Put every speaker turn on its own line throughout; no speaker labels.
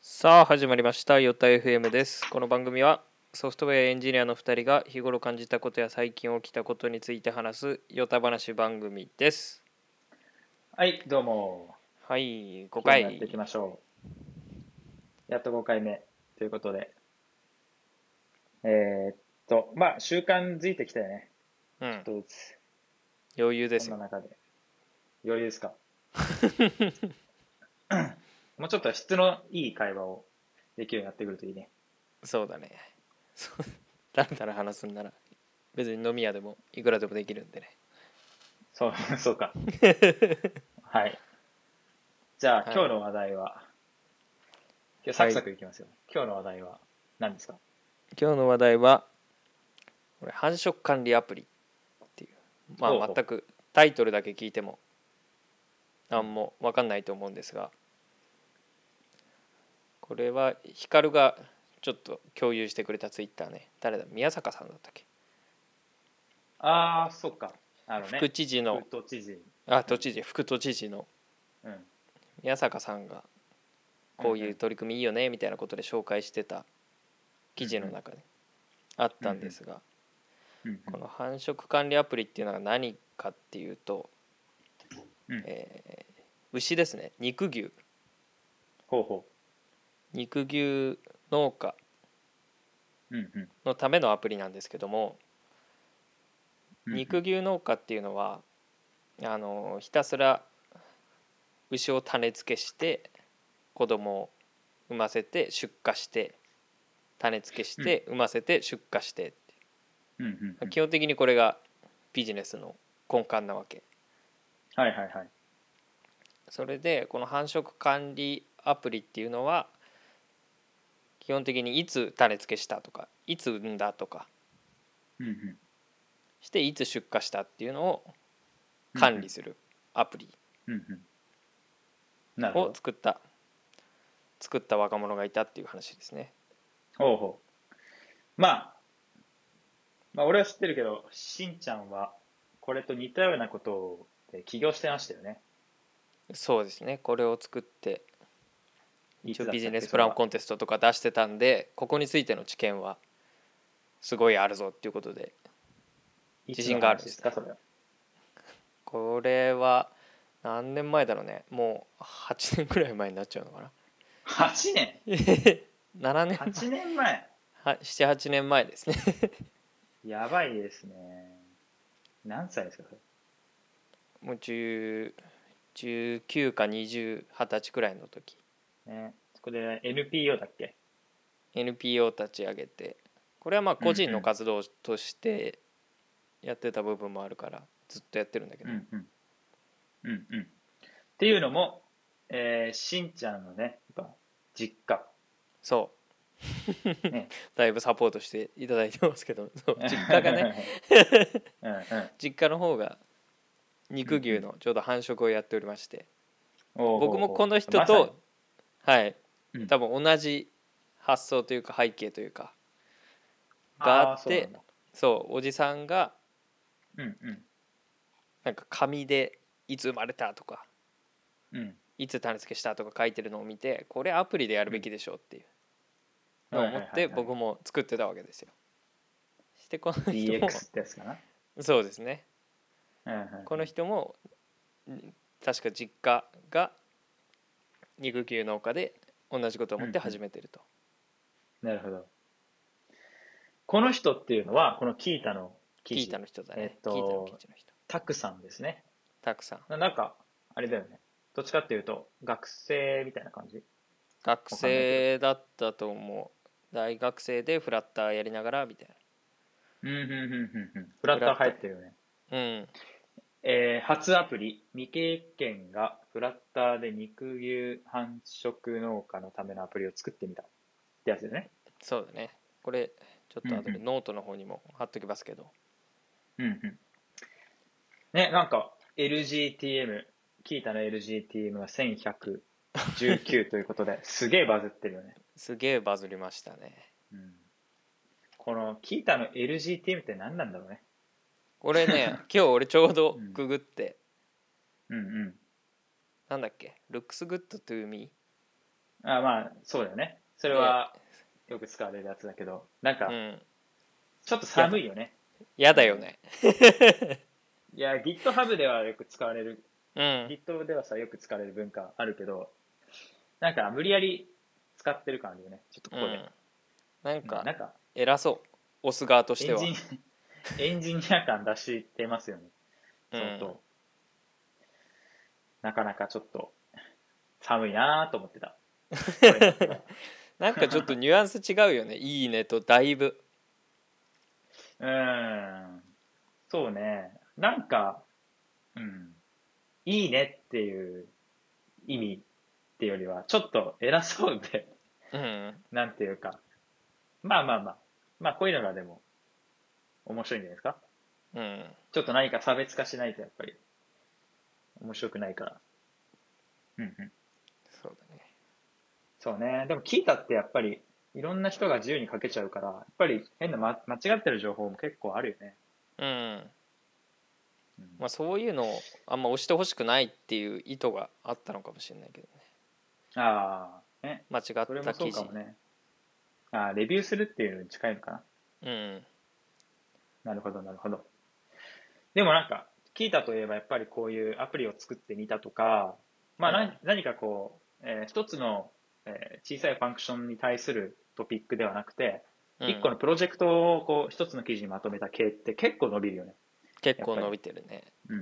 さあ始まりました「ヨタ FM」ですこの番組はソフトウェアエンジニアの2人が日頃感じたことや最近起きたことについて話すヨタ話番組です
はい、どうも。
はい5
今日もやっていき
回
ましょう。やっと5回目ということで。えーっと、まあ、習慣づいてきたよね。
う
ちょっ
ん
とずつ。
余裕です
そん
よ
な中で。余裕で すかもうちょっと質のいい会話をできるようになってくるといいね。
そうだね そうだらだら話すんなら別に飲み屋でもいくらでもできるんでね
そう、 そうか。はい。じゃあ、
はい
今日の話題は、今日サクサクいきますよ。今日の話題は何ですか
今日の話題はこれ繁殖管理アプリっていうま
ほうほ
あ
う
全くタイトルだけ聞いても何も分かんないと思うんですがこれはヒカルがちょっと共有してくれたツイッターね誰だ宮坂さんだったっけ、
ああ、そっか。あのね。
副知事の
副都知事。
あ都知事副都知事の
うん。
宮坂さんがこうい
ん
う
うん
う取り組みいいよねみたいなことで紹介してた記事の中であったんですが
うん
この繁殖管理アプリっていうのは何かっていうと、
うん
えー牛ですね肉牛
ほうほ
肉牛農家
う。うんうん
のためのアプリなんですけども、
うんうん。
肉牛農家っていうのはあのひたすら牛を種付けして子供を産ませて出荷して種付けして産ませて出荷してって、
うんうんうん。
基本的にこれがビジネスの根幹なわけ
はいはいはい。
それでこの繁殖管理アプリっていうのは基本的にいつ種付けしたとかいつ産んだとか
うんうん。
していつ出荷したっていうのを管理するアプリ
うんうん。なるほ
を
ど。
作った作った若者がいたっていう話ですね。
ほうほう。まあ、まあ俺は知ってるけど、しんちゃんはこれと似たようなことをえ起業してましたよね。
そうですねこれを作って
いつ
一応
だったっけ
ビジネスプランコンテストとか出してたんでここについての知見はすごいあるぞっていうことで自信があるんで
いつの話ですすか、それは。
これは何年前だろうねもう8年くらい前になっちゃうのかな
8年
7年
?8 年前
78年前ですね
やばいですね。何歳ですか、それ。
もう10 19か2020歳くらいの時
ね、そこで NPO だっけ
NPO 立ち上げてこれはまあ個人の活動としてやってた部分もあるからずっとやってるんだけ
う
ど、
んうん。うんうん。っていうのも、えーしんちゃんのね、やっぱ実家。
そう
ね
だいぶサポートしていただいてますけどそう実家が ね
うんうん。
実家の方が肉牛のちょうど繁殖をやっておりまして僕もこの人
まさに
と、はい
うん
多分同じ発想というか背景というかがあっ
ー
てそうおじさんが
そうなんだうん
なんか紙でいつ生まれたとか
うんうん
いつ種付けしたとか書いてるのを見てこれアプリでやるべきでしょうっていうのを思っ
はいはい
て
はいはい
僕も作ってたわけですよ。してこの人も
DX ってやつかな
そうですね
うんうん
この人もん確か実家が肉球農家で同じことを思って始めてると。
なるほどこの人っていうのはこのキータの記
キー
事
タの人だ
え
ね
っ。
キ
と
ータの記事の人。
タクさんですね
たくさん。
ななんかあれだよねどっちかっていうと学生みたいな感じ
学生だったと思う。大学生でフラッターやりながらみたい
うんうんうんうんうんフラッター入ってるよね
な。うん。
えー初アプリ未経験がフラッターで肉牛繁殖農家のためのアプリを作ってみたってやつだよね
そうだね。これちょっと後
うん
で
うん
ノートの方にも貼っときますけど。
うんうん。ね、なんか、LGTM、キータの LGTM は1119という ことで、すげえバズってるよね。
すげえバズりましたね。
うん、この、キータの LGTM って何なんだろうね。
これ ね今日俺ちょうど
うん
ググって、
うんうん。
なんだっけ「Looks good to me」
あまあ、そうだよね。それは、よく使われるやつだけど、なんか
う、ん
ちょっと寒いよね。
やだよね
いや、GitHub ではよく使われる、
うん
Git ではさ、よく使われる文化あるけど、なんか、無理やり使ってる感あるよね。ちょっとこ
う
こで。
んなんか
なんか、
偉そうオス側として
エン
は
ジニア、エンジニア感出してますよね。
う
相当。
ん
なかなかちょっと、寒いなぁと思ってた。これになってから
なんかちょっとニュアンス違うよね「いいね」とだいぶ
うーん。そうね。なんか、うん。いいねっていう意味っていうよりは、ちょっと偉 そうで、
うん
なんていうか。まあまあまあ。まあこういうのがでも、面白いんじゃないですか。
うん
ちょっと何か差別化しないとやっぱり、面白くないから。うんうん。
そうだね
そうね。でも聞いたってやっぱり、いろんな人が自由に書けちゃうから、やっぱり変な、ま、間違ってる情報も結構あるよね。
うん
うん
まあそういうのをあんま押してほしくないっていう意図があったのかもしれないけどね
ああ、ね。
間違っ
それも
た
そう
記
か
事
もね。あーレビューするっていうのに近いのか
う
な。
ん
なるほど、なるほど。でもなんか、聞いたといえばやっぱりこういうアプリを作ってみたとか、まあ、な
うん
何かこう、えー一つの、えー小さいファンクションに対するトピックではなくて、
うん
一個のプロジェクトをこう一つの記事にまとめた系って結構伸びるよね。
結構伸びてるね
うん。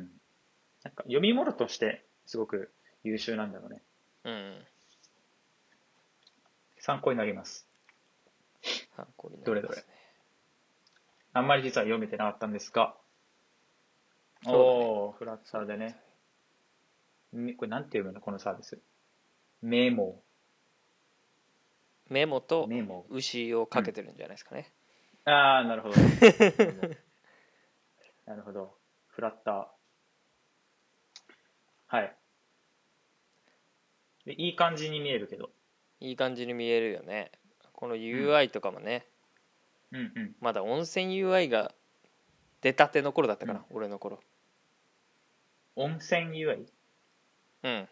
なんか読み物としてすごく優秀なんだろうね。
うん
参考になります。
参考になりますね
どれどれあんまり実は読めてなかったんですが。
そうだね
おおーフラッターでね。みこれなんて読むのこのサービス。メモ。
メモと
メモ。
牛をかけてるんじゃないですかね、
ああ、なるほ ど。なるほど。フラッター。はい。でいい感じに見えるけど。
いい感じに見えるよねこの UI とかもね、
うんうん。
まだ温泉 UI が出たての頃だったかな、俺の頃
温泉 UI?
うん
あー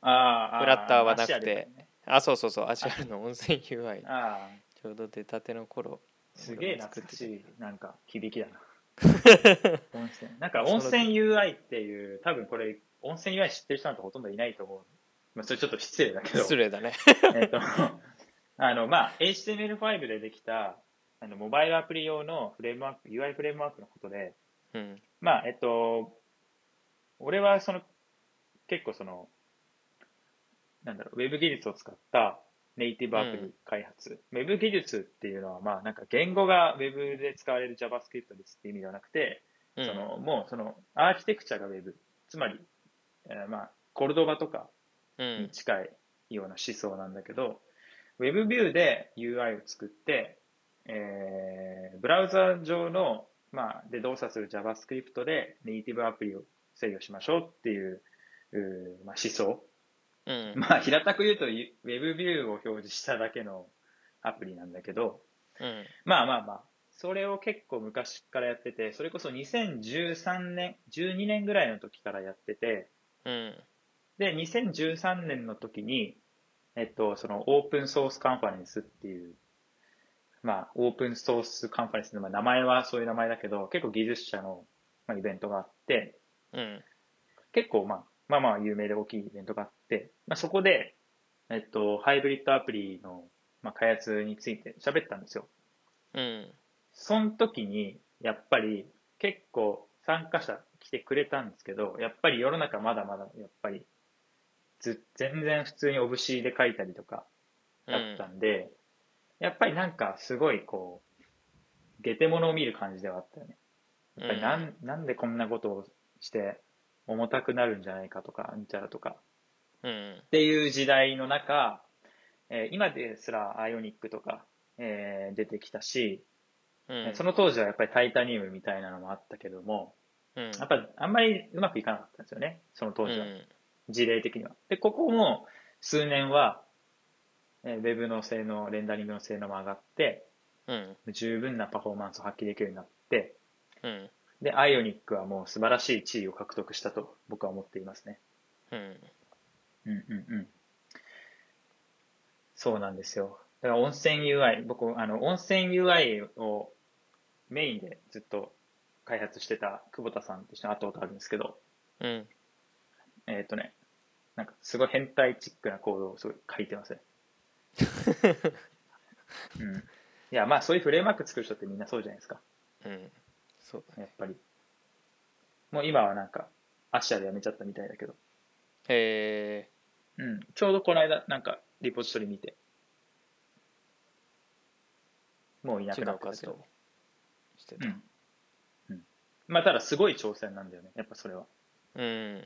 あー、
フラッターはなくて
足あるからね
あそうそうそう足あるの温泉 UI
ああ、
ちょうど出たての頃
すげえ
俺も作っ
懐か
て
してい、なんか、響き だな。温泉。なんか、温泉 UI っていう、多分これ、温泉 UI 知ってる人なんてほとんどいないと思う。まあ、それちょっと失礼だけど。
失礼だね
えっと、 あの、まあ、HTML5 でできた、あの、モバイルアプリ用のフレームワーク、UI フレームワークのことで、
うん
まあ、えっと、俺はその、結構その、なんだろう、ウェブ技術を使ったネイティブアプリ開発。ウェブ技術っていうのは、まあ、なんか言語がウェブで使われる JavaScript ですっていう意味ではなくて、
うん
その、もうその、アーキテクチャがウェブ。つまり、えーまあ、コルドバとか
うん
に近いような思想なんだけど、ウェブビューで UI を作って、えーブラウザ上の、まあ、で動作する JavaScript でネイティブアプリを制御しましょうっていう、うーまあ、思想。
うん
まあ、平たく言うと、ウェブビューを表示しただけのアプリなんだけど、
うん
まあまあまあ、それを結構昔からやってて、それこそ2013年、12年ぐらいの時からやってて、
うん
で、2013年の時に、えっと、そのオープンソースカンファレンスっていう、まあ、オープンソースカンファレンスの、まあ、名前はそういう名前だけど、結構技術者の、まあ、イベントがあって、
うん
結構、まあ、まあまあ有名で大きいイベントがあって、まあ、そこで、えっと、ハイブリッドアプリの、まあ、開発について喋ったんですよ。
うん
その時に、やっぱり結構参加者来てくれたんですけど、やっぱり世の中まだまだ、やっぱり、ず全然普通にオブシーで書いたりとかだったんで、やっぱりなんかすごいこう、下手物を見る感じではあったよね。やっぱりなん,、なんでこんなことをして重たくなるんじゃないかとか、うんちゃらとか。
うん
っていう時代の中、えー今ですらアイオニックとか、えー出てきたし、
うん
その当時はやっぱりタイタニウムみたいなのもあったけども、
うん
やっぱあんまりうまくいかなかったんですよね、その当時は。事例的には。で、ここも数年は、えーウェブの性能、レンダリングの性能も上がって、
うん
十分なパフォーマンスを発揮できるようになって、
うん
で、アイオニックはもう素晴らしい地位を獲得したと僕は思っていますね。
うん
うんうんうん。そうなんですよ。だから温泉 UI、僕、あの、温泉 UI をメインでずっと開発してた久保田さんと一緒に会ったことあるんですけど、
うん
えっ、とね、なんかすごい変態チックなコードをすごい書いてますね。うん。いや、まあそういうフレームワーク作る人ってみんなそうじゃないですか。
うんそうだね
やっぱり。もう今はなんか、アッシャーでやめちゃったみたいだけど。
へえ
うん。ちょうどこの間、なんか、リポジトリ見て。もういな
違
くな
う
った
活
けど
動。して
う
た
ん。うん。まあ、ただすごい挑戦なんだよね。やっぱそれは。
うん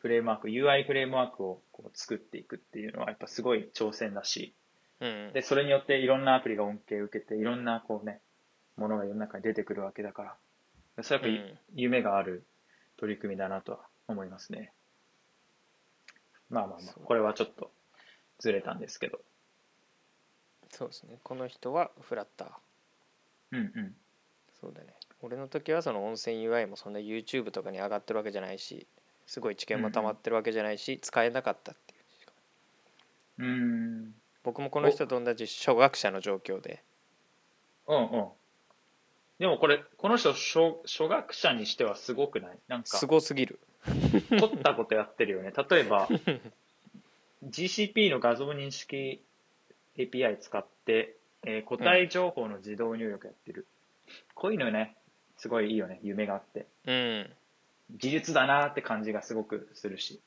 フレームワーク、UI フレームワークをこう作っていくっていうのは、やっぱすごい挑戦だし、
うん
で、それによっていろんなアプリが恩恵を受けて、いろんなこうね、ものが世の中に出てくるわけだから、それはやっぱり夢がある取り組みだなとは思いますね。まあまあまあ
そ、う
これはちょっとずれたんですけど。
そうですねこの人はフラッター
うんうん。
そうだね俺の時はその温泉 UI もそんな YouTube とかに上がってるわけじゃないしすごい知見も溜まってるわけじゃないし、使えなかったっていう
うーん。うん
僕もこの人と同じ初学者の状況で
うん。でもこれ、この人初、初学者にしてはすごくないなんか
す、ごすぎる
撮ったことやってるよね。例 えば、GCP の画像認識 API 使って、えー個体情報の自動入力やってる。こういうのね、すごいいいよね。夢があって。
うん
技術だなーって感じがすごくするし。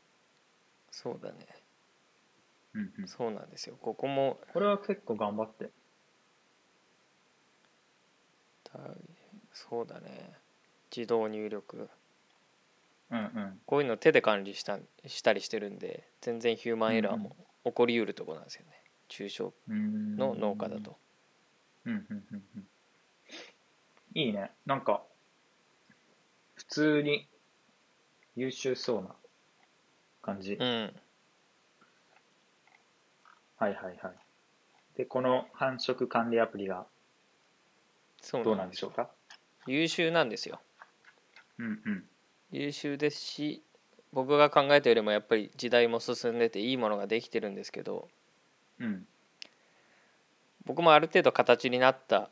そうだね
うんうん、
そうなんですよここも
これは結構頑張って。
たそうだね自動入力
うんうん。
こういうの手で管理したしたりしてるんで全然ヒューマンエラーも起こりうるとこなんですよね中小
うーん
の農家だと。
うんうんうんうん。いいね。なんか、普通に優秀そうな感じ。
うん
はいはいはい。で、この繁殖管理アプリが
そう
どう
な
なんん
で
ですしょうか
優秀なんですよ
うんうん。
優秀ですし僕が考えたよりもやっぱり時代も進んでていいものができてるんですけど
うん
僕もある程度形になった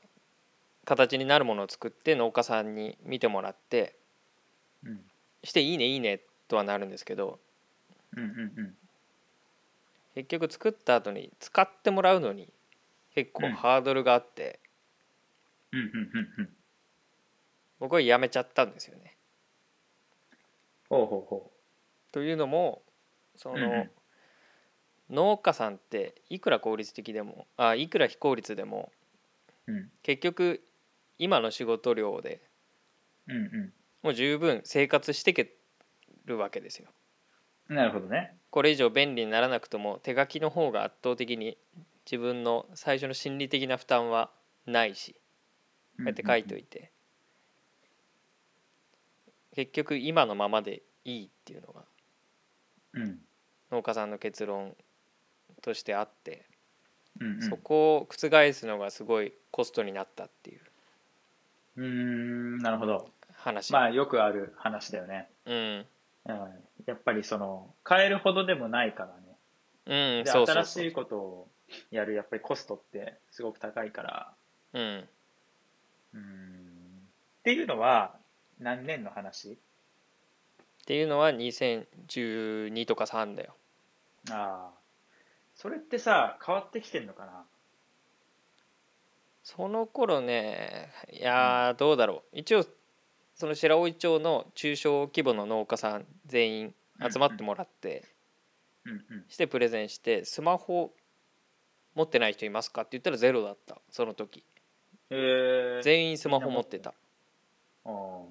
形になるものを作って農家さんに見てもらって
うん
して「いいねいいね」とはなるんですけど
うんうん
結局作った後に使ってもらうのに結
う
構
ん
ハードルがあって
うんうんうんうんうん。
僕はやめちゃったんですよね。
ほうほうほ
というのもそ
うんう
の
ん
農家さんっていくら効率的でもあいくら非効率でも
う。うん
結局今の仕事量で
うん
もう十分生活してけるわけですよ
うん。なるほどね。
これ以上便利にならなくとも手書きの方が圧倒的に自分の最初の心理的な負担はないしこうやって書いといて結局今のままでいいっていうのが
うんうん
農家さんの結論としてあって
うん
そこを覆すのがすごいコストになったっていう
うん。うーん、なるほど。
話、
まあよくある話だよね。
うん
うん。やっぱりその、変えるほどでもないからね。
うん
で、
そうそう
新
そ
し
う
いことをやるやっぱりコストってすごく高いから。
うん
うーん。っていうのは、何年の話
っていうのは2012とか3だよ
ああ。それってさ、変わってきてんのかな
その頃ねいやーどうだろう一応その白老町の中小規模の農家さん全員集まってもらって
うんうん。
してプレゼンしてスマホ持ってない人いますかって言ったらゼロだったその時
えー、
全員スマホ持ってた
あー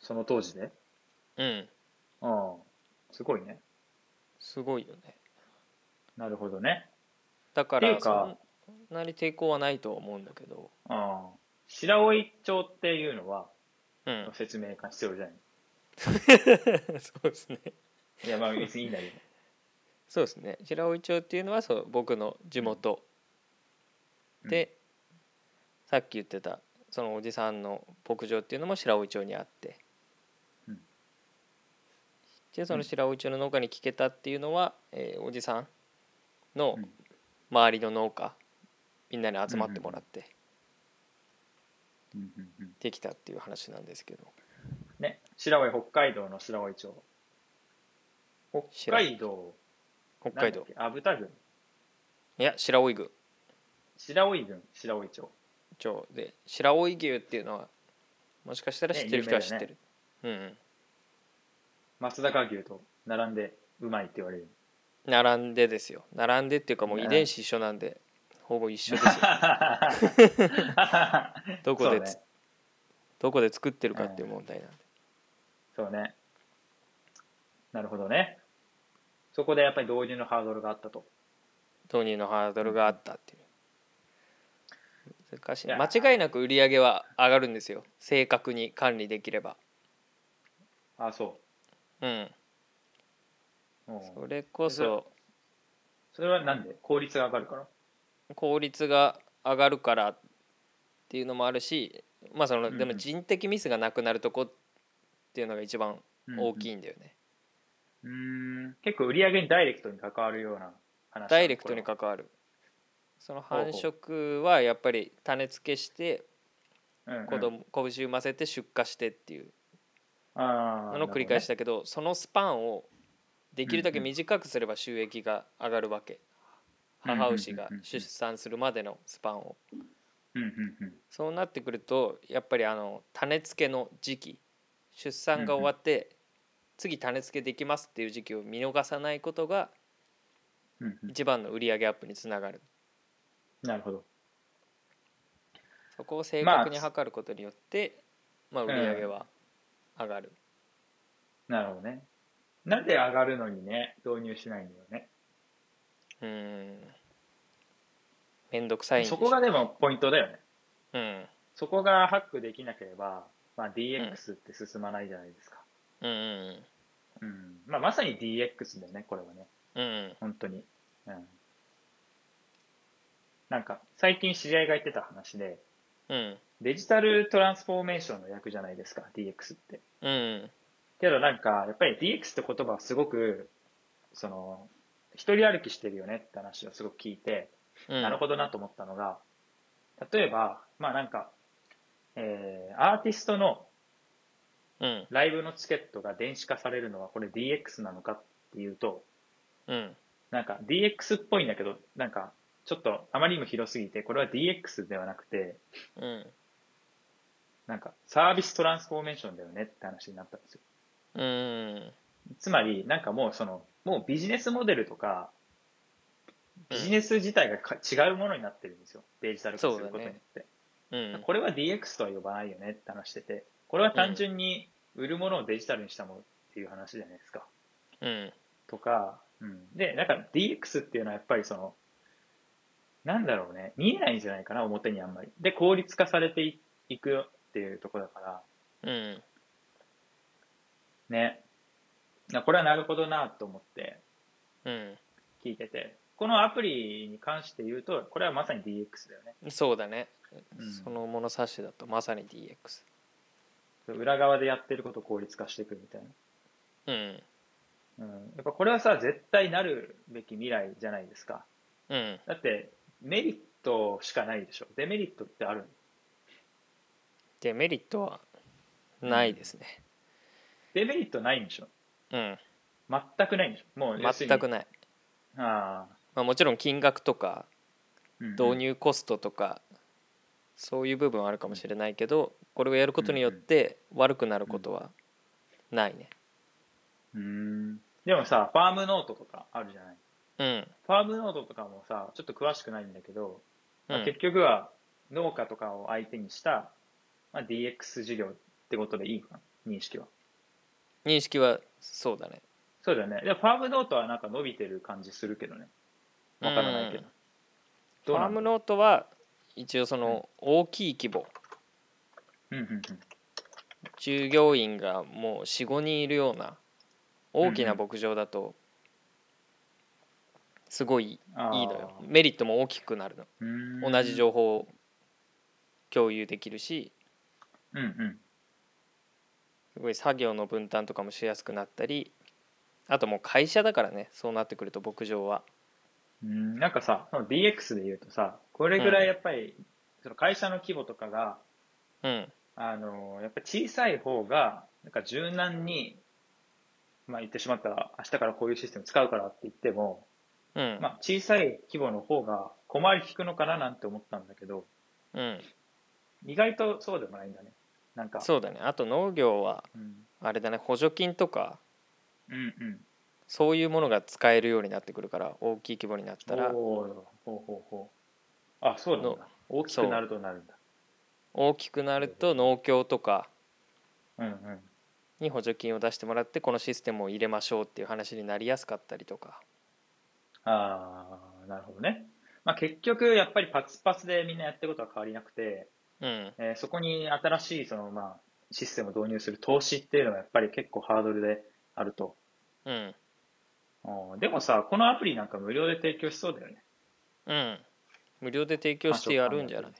その当時で
うん
ああすごいね。
すごいよね
なるほどね。
だか
ってい
ら
う
そ
か
んなに抵抗はないとは思うんだけど
ああ白老町っていうのは
うん
説明が必要じゃない
そうですね
いや、まあ別にいいんだけど。
そうですね白老町っていうのはそう僕の地元
うん
で、さっき言ってたそのおじさんの牧場っていうのも白老町にあって、
うん
でその白老町の農家に聞けたっていうのは、えーおじさんの
うん
周りの農家みんなに集まってもらって
うんうんうん
できたっていう話なんですけど
ね、白老、北海道の白老町。北海道、
北海道
なんだっけ。あ、豚郡。
いや白老郡
白老郡、白老町。
町で白老牛っていうのはもしかしたら知ってる人は知ってる、うん
松坂牛と並んでうまいって言わ れる。
うん並んでですよ並んでっていうかもう遺伝子一緒なんでほぼ一緒で すよどこでつ、
そうね
どこで作ってるかっていう問題なんで、
そうね。なるほどね。そこでやっぱり導入のハードルがあったと。
トニーのハードルがあったっていう難しい
いや
間違いなく売り上げは上がるんですよ正確に管理できれば
あ、そ
うん
う。うん
それこそ
それはなんで効率が上がるから。
効率が上がるからっていうのもあるしまあその
うん
でも人的ミスがなくなるとこっていうのが一番大き
い。
いんだよね
うーん。結構売り上げにダイレクトに関わるような話。
ダイレクトに
関
関わるその
ほう
繁
ほう
殖はやっぱり種付けして
わる。うんうん
子供拳産ませて出荷してっていう
あー
あの繰り返し
なる
だけどそのスパンをできるだけ
うんうん
短くすれば収益が上がるわけ
うんうんうんうん
母牛が出産するまでのスパンを
ほどねうんうんうん
そうなってくるとやっぱりあの種付けの時期出産が終わって次種付けできますっていう時期を見逃さないことが
うんうん
一番の売り上げアップにつながる
なるほど。
そこを正
まあ
確に測ることによってまあ売り上げは上がる
なるほどね。なんで上がるのにね、導入しないんだよね。
うん面倒くさいんでし
そ
ょ
こがでもポイントだよね。
うん
そこがハックできなければ、まあ、DX って進まないじゃないですか。
うんうん
うん。まあ、まさに DX だよね、これはね。
うんうん
本当に。うん。なんか、最近知り合いが言ってた話で、
うん
デジタルトランスフォーメーションの役じゃないですか、DX って。
うん
けどなんか、やっぱり DX って言葉はすごく、その、一人歩きしてるよねって話をすごく聞いて、
うん
なるほどなと思ったのが、例えば、まあなんか、えーアーティストの
うん
ライブのチケットが電子化されるのはこれ DX なのかっていうと、
うん
なんか DX っぽいんだけど、なんかちょっとあまりにも広すぎて、これは DX ではなくて、
うん
なんかサービストランスフォーメーションだよねって話になったんですよ。
うん
つまり、なんかもうその、もうビジネスモデルとか、ビジネス自体がか違うものになってるんですよ。デジタル化することによって。
うん
これは DX とは呼ばないよねって話してて、これは単純に売るものをデジタルにしたものっていう話じゃないですか。
うん
とか、うん、で、なんか DX っていうのはやっぱりその、なんだろうね、見えないんじゃないかな、表にあんまり。で、効率化されていいくよっていうところだから、
うん
ね。なこれはなるほどなと思って
うん
聞いてて、このアプリに関して言うと、これはまさに DX だよね。
そうだね、
うん
その物差しだとまさに DX
裏側でやってることを効率化していくみたいな。
うん
うん、やっぱこれはさ、絶対なるべき未来じゃないですか。
うん
だって、メリットしかないでしょ。デメリットってある
デメリットはないですね
デメリットないんでしょ。
うん、
全くないんでしょ。もう要するに
全くない、
ああ、
まあ、もちろん金額とか
うん
導入コストとか、そういう部分はあるかもしれないけどこれをやることによって悪くなることはないね
うんでもさ、ファームノートとかあるじゃない。
うん
ファームノートとかもさ、ちょっと詳しくないんだけど、
う
まあ、
ん
結局は農家とかを相手にした、まあ、DX 事業ってことでいいのかな、認識は。
認識はそうだね
そうだよね。でもファームノートはなんか伸びてる感じするけどね。わからないけど。
フ
どう
ァ
な
ーム
んだろ
ノートは一応その大きい規模
ううんうんうん
従業員がもう45人いるような大きな
うんう
牧場だとすごい
あー
いいのよメリットも大きくなる
うー
の
ん
同じ情報を共有できるし
うんうん
すごい作業の分担とかもしやすくなったりあともう会社だからねそうなってくると牧場は
うん、なんかさ、その DX で言うとさ、これぐらいやっぱり、その会社の規模とかが、
うん
あのやっぱ小さい方が、なんか柔軟に、まあ言ってしまったら、明日からこういうシステム使うからって言っても、
うん、
まあ小さい規模の方が小回り利くのかななんて思ったんだけど、
うん、
意外とそうでもないんだね。なんか、
そうだねあと農業は
うん、
あれだね補助金とか
うんうん。
そういうものが使えるようになってくるから大きい規模になったら
おーほうほうほう。あ、そうなん
の
だ。大きくなるとなるんだ。
大きくなると農協とか
うんうん。
に補助金を出してもらってこのシステムを入れましょうっていう話になりやすかったりとか
ああ、なるほどね。まあ、結局、やっぱりパツパツでみんなやってることは変わりなくて、
うん
えーそこに新しいその、まあ、システムを導入する投資っていうのがやっぱり結構ハードルであると。
うん
うんでもさ、このアプリなんか無料で提供しそうだよね。
うん無料で提供してやるんじゃない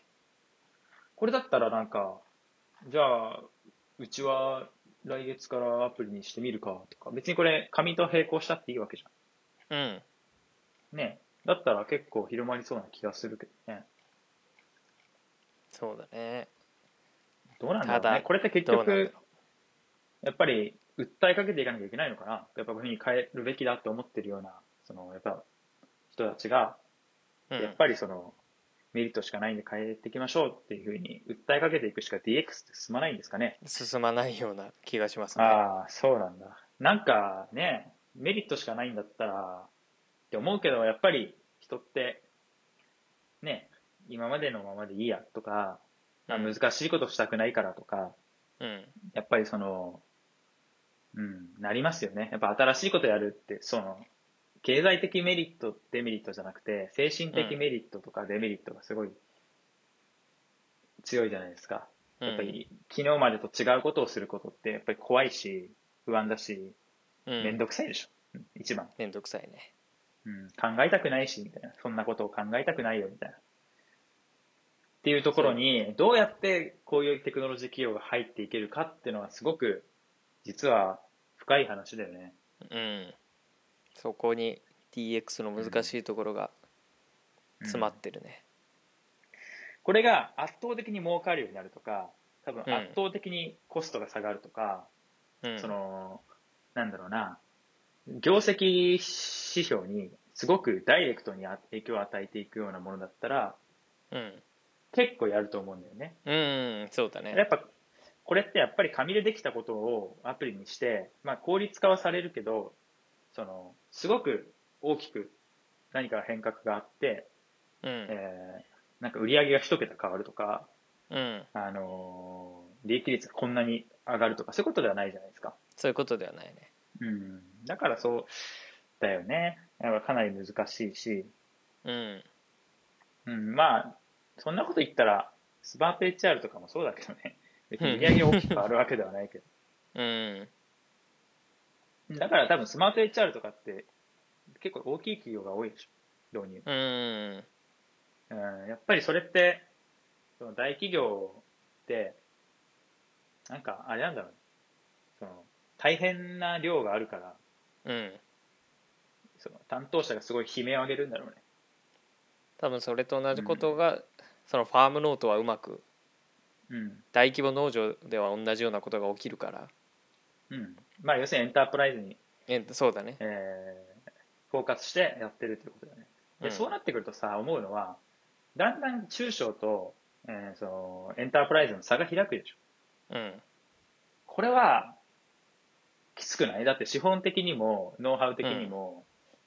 これだったらなんか、じゃあ、うちは来月からアプリにしてみるかとか、別にこれ紙と並行したっていいわけじ
うん
ゃん。ね。だったら結構広まりそうな気がするけどね。
そうだね
どうなんだろ
た
う
だ
ね。これって結
どうなんだ
局
ろ、
やっぱり訴えかけていかなきゃいけないのかな。やっぱこういうふうに変えるべきだって思ってるような、その、やっぱ人たちが、
う
やっ
ん
ぱりその、メリットしかないんで変えていきましょうっていうふうに訴えかけていくしか DX って進まないんですかね。
進まないような気がしますね
ああ、そうなんだ。なんかね、メリットしかないんだったら、って思うけど、やっぱり人って、ね、今までのままでいいやとか、まあ
うん
難しいことしたくないからとか、
うん
やっぱりその、うん、なりますよね。やっぱ新しいことやるって、その、経済的メリット、デメリットじゃなくて、精神的メリットとかデメリットがすごい強いじゃないですか。
うん
やっぱり、昨日までと違うことをすることって、やっぱり怖いし、不安だし、
うん
めんどくさいでしょ。うん一番、
めんどくさいね
うん。考えたくないし、みたいな。そんなことを考えたくないよ、みたいな。っていうところに、どうやってこういうテクノロジー企業が入っていけるかっていうのは、すごく、実は深い話だよね。
うんそこに DX の難しいところが詰ま
う
っ
ん
てるね
これが圧倒的に儲かるようになるとか、多分
うん
圧倒的にコストが下がるとか、
うん
その、なんだろうな、業績指標にすごくダイレクトに影響を与えていくようなものだったら、
うん
結構やると思うんだよね。
うんそうだ
や
ね
っぱ、これってやっぱり紙でできたことをアプリにして、まあ効率化はされるけど、その、すごく大きく何か変革があって、
うん
えーなんか売り上げが一桁変わるとか、
うん
あのー利益率がこんなに上がるとか、そういうことではないじゃないですか。
そういうことではないね
うん。だからそうだよね。やっぱかなり難しいし、
うん
うん、まあ、そんなこと言ったら、スマート HR とかもそうだけどね。別に売り上げ大きく変わるわけではないけど。
うん
だから多分スマート HR とかって結構大きい企業が多いでしょ、導入。
うん
うん、やっぱりそれって、その大企業って、なんかあれなんだろうね。その大変な量があるから、
うん
その担当者がすごい悲鳴を上げるんだろうね。
多分それと同じことが、そのファームノートはうまく
うん。
大規模農場では同じようなことが起きるから
うん。まあ要するにエンタープライズに、
えそうだね
えーフォーカスしてやってるってことだよね。で、
うん
そうなってくるとさ、思うのは、だんだん中小と、えーそのエンタープライズの差が開くでしょ。
うん
これは、きつくないだって資本的にも、ノウハウ的にも、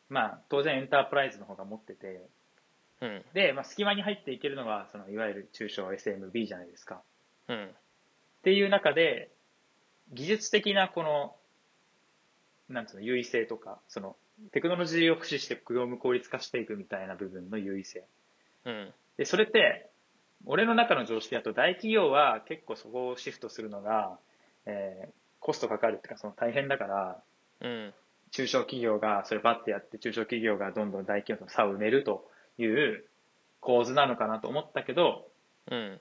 まあ、当然エンタープライズの方が持ってて、
うん
で、まあ、隙間に入っていけるのが、その、いわゆる中小 SMB じゃないですか。
うん
っていう中で、技術的なこの、なんつうの、優位性とか、その、テクノロジーを駆使して業務効率化していくみたいな部分の優位性。
うん
で、それって、俺の中の常識だと大企業は結構そこをシフトするのが、えーコストかかるっていうか、その大変だから、
うん
中小企業がそれバッてやって、中小企業がどんどん大企業との差を埋めるという構図なのかなと思ったけど、
うん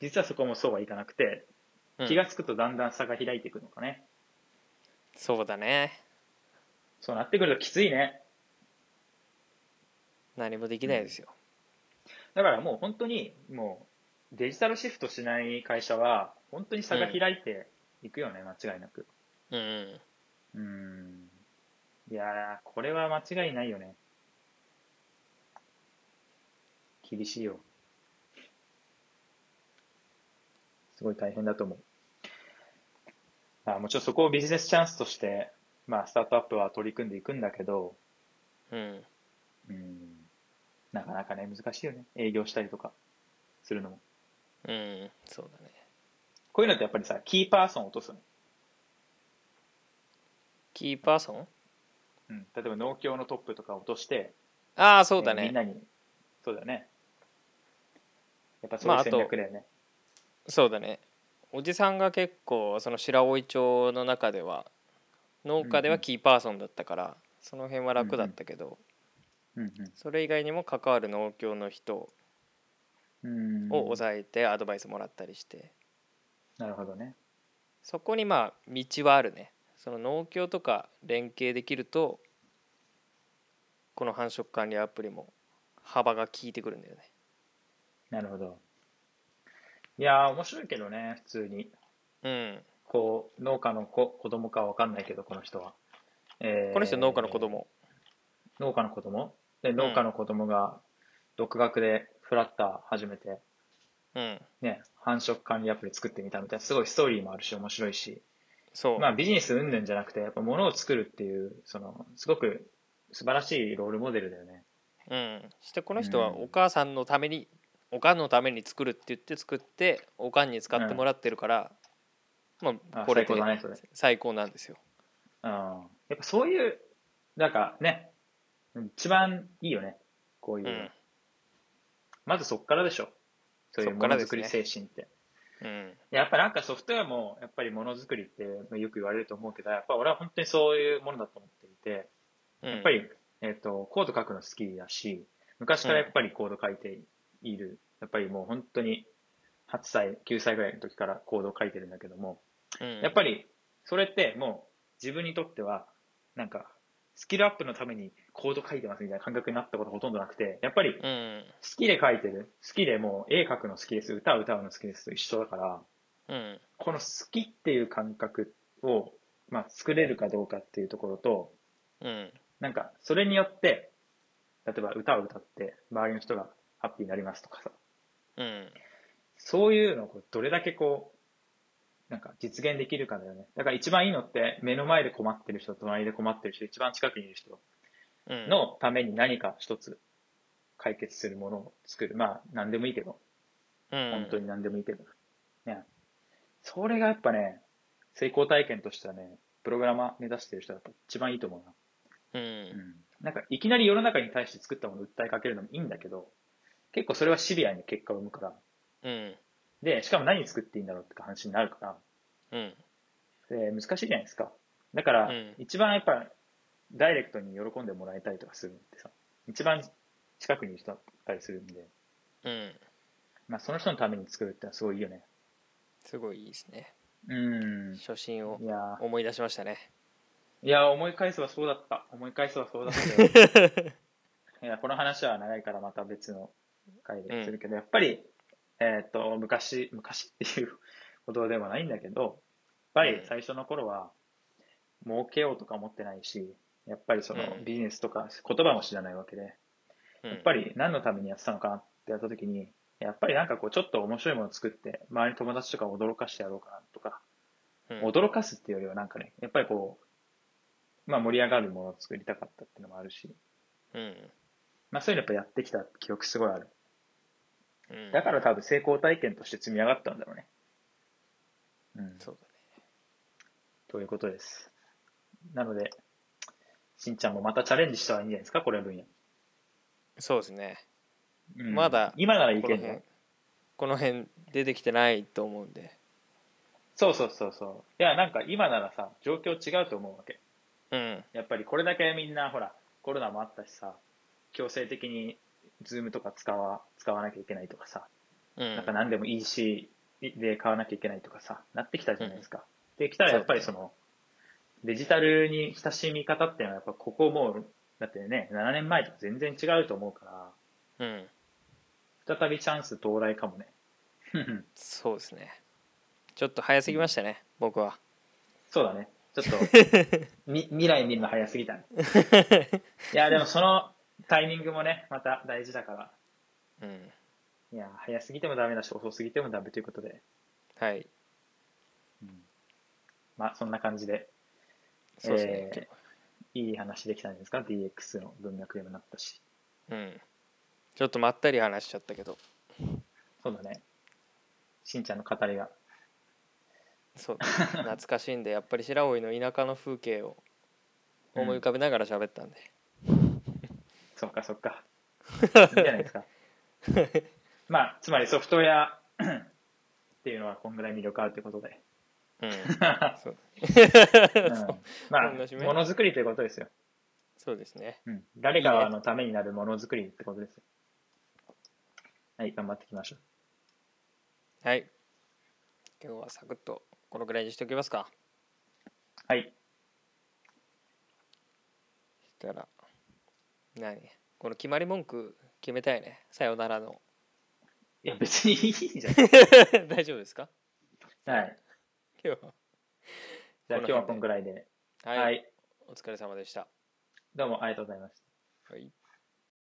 実はそこもそうはいかなくて、
うん
気がつくとだんだん差が開いていくのかね。
そうだね
そうなってくるときついね。
何もできないですよ、
だからもう本当にもうデジタルシフトしない会社は本当に差が開いていくよね、間違いなく
うん
うんいやーこれは間違いないよね厳しいよすごい大変だと思うあもちろんそこをビジネスチャンスとして、まあ、スタートアップは取り組んでいくんだけど
うんうん
うんなかなかね難しいよね営業したりとかするのも
うんそうだね
こういうのってやっぱりさ、キーパーソン落とすの。
キーパーソン
うん、例えば農協のトップとか落として、
ああそうだ
えーみ
ね
ん、なに、そうだよね。やっぱそういう戦略だよね。
そうだねおじさんが結構その白老町の中では農家で
うんう
は
ん
キーパーソンだったから、その辺は楽だったけど、
うん
それ以外にも関わる農協の人
うん、
を抑えてアドバイスもらったりして、
なるほどね。
そこにまあ道はあるねその農協とか連携できるとこの繁殖管理アプリも幅が効いてくるんだよね
なるほど。いやー、面白いけどね、普通に。
うん
こう、農家の子子供かわかんないけど、この人は。えー
この人農家の子。供
農家の子供で、農家の子供が独学でフラッター始めて、
うん
ね、繁殖管理アプリ作ってみたみたいな、すごいストーリーもあるし、面白いし。
そう、
まあ、ビジネス云々じゃなくて、やっぱ物を作るっていう、その、すごく素晴らしいロールモデルだよね。
うんそしてこの人は
うん
お母さんのために、おかんのために作るって言って作っておかんに使ってもらってるから、まあ
あ
これ
最
で
高だね、それ。
最高なんですよ
うん。やっぱそういう、なんかね、一番いいよね。こういう
う
の。
ん
まずそっからでしょ。そうい
そ
う
っ
も
から
の
で
づ
す
く
ね
り精神って。
うん
やっぱなんかソフトウェアも、やっぱりものづくりってよく言われると思うけど、やっぱ俺は本当にそういうものだと思っていて、
うん
やっぱり、えっ、と、コード書くの好きだし、昔からやっぱりコード書いている。やっぱりもう本当に8歳、9歳ぐらいの時からコードを書いてるんだけども、
うん
やっぱりそれってもう自分にとっては、なんか、スキルアップのためにコード書いてますみたいな感覚になったことほとんどなくて、やっぱり好
うん
きで書いてる。好きでもう絵描くの好きです。歌を歌うの好きですと一緒だから、
うん
この好きっていう感覚を、まあ、作れるかどうかっていうところと、
うん
なんか、それによって、例えば歌を歌って、周りの人がハッピーになりますとかさ、
うん
そういうのをこうどれだけこう、なんか実現できるかだよね。だから一番いいのって、目の前で困ってる人、隣で困ってる人、一番近くにいる人
うん
のために何か一つ解決するものを作る。まあ、何でもいいけど、
うん
本当に何でもいいけど。ね。それがやっぱね、成功体験としてはね、プログラマー目指してる人はやっぱ一番いいと思うな。
うん
なんかいきなり世の中に対して作ったものを訴えかけるのもいいんだけど、結構それはシビアに結果を生むから。
うん
で、しかも何作っていいんだろうって話になるか
うん
ら、で難しいじゃないですか。だから
うん、
一番やっぱ、ダイレクトに喜んでもらえたりとかするのってさ、一番近くにいる人だったりするんで、
うん
まあその人のために作るってのはすごいいいよね。
すごいいいですね
うん。
初心を
いやー
思い出しましたね
いやー、思い返せばそうだった。思い返せばそうだったよ。 いや、この話は長いからまた別の回でするけど、やっぱり、えーっと、昔、昔っていうほどでもないんだけど、やっぱり最初の頃は、儲けようとか思ってないし、やっぱりその
うん
ビジネスとか言葉も知らないわけで、
や
やっぱり何のためにやってたのかなってやった時に、やっぱりなんかこうちょっと面白いものを作って、周りの友達とかを驚かしてやろうかなとか、
り
驚かすっていうよりはなんかね、やっぱりこう、まあ盛り上がるものを作りたかったっていうのもあるし、
うん
まあそういうのやっぱやってきた記憶すごいある。
うん
だから多分成功体験として積み上がったんだろうね。うん。
そうだね
ということです。なので、しんちゃんもまたチャレンジしたらいいんじゃないですか、これ分野。
そうですね
うん
まだ
今ならい
こ
け
の
ん
辺
ね。
この辺出てきてないと思うんで
そうそうそうそう。いや、なんか今ならさ、状況違うと思うわけ。
うん
やっぱりこれだけみんなほらコロナもあったしさ強制的にズームとか使わ使わなきゃいけないとかさ、
うん
なんか何でも EC で買わなきゃいけないとかさなってきたじゃないですか、できたらやっぱりそのデジタルに親しみ方っていうのはやっぱここもうだってね、7年前とか全然違うと思うか
うん
ら、再びチャンス到来かもね。
そうですねちょっと早すぎましたね、僕は
そうだね。ちょっと、み未来見るの早すぎたね。いや、でもそのタイミングもね、また大事だから。
うん
いや、早すぎてもダメだし、遅すぎてもダメということで。
はい
うんまあ、そんな感じで、
そうですね、
えいい話できたんじゃないですか ?DX の文脈にもなったし。
うんちょっとまったり話しちゃったけど
そうだね。しんちゃんの語りが。
そう懐かしいんでやっぱり白老の田舎の風景を思い浮かべながら喋ったんで、
そっかそっか。いいんじゃないですか。 まあ、つまりソフトウェア っていうのはこんぐらい魅力あるということで。
うん、そう
うん まあ、
こんな締め
ものづくりということですよ。
そうですね
うん、誰かのためになるものづくりってことですよ。はい、頑張っていきましょう。
はい今日はサクッとこのくらいにしておきますか
はい。
そしたら何この決まり文句決めたいねさよなら の
いや、別にいいじゃん。
大丈夫ですか
はい。
今日は
じゃあ今日はこんぐらいで。
は、
はいい。
お疲れ様でした、
どうもありがとうございました。
はい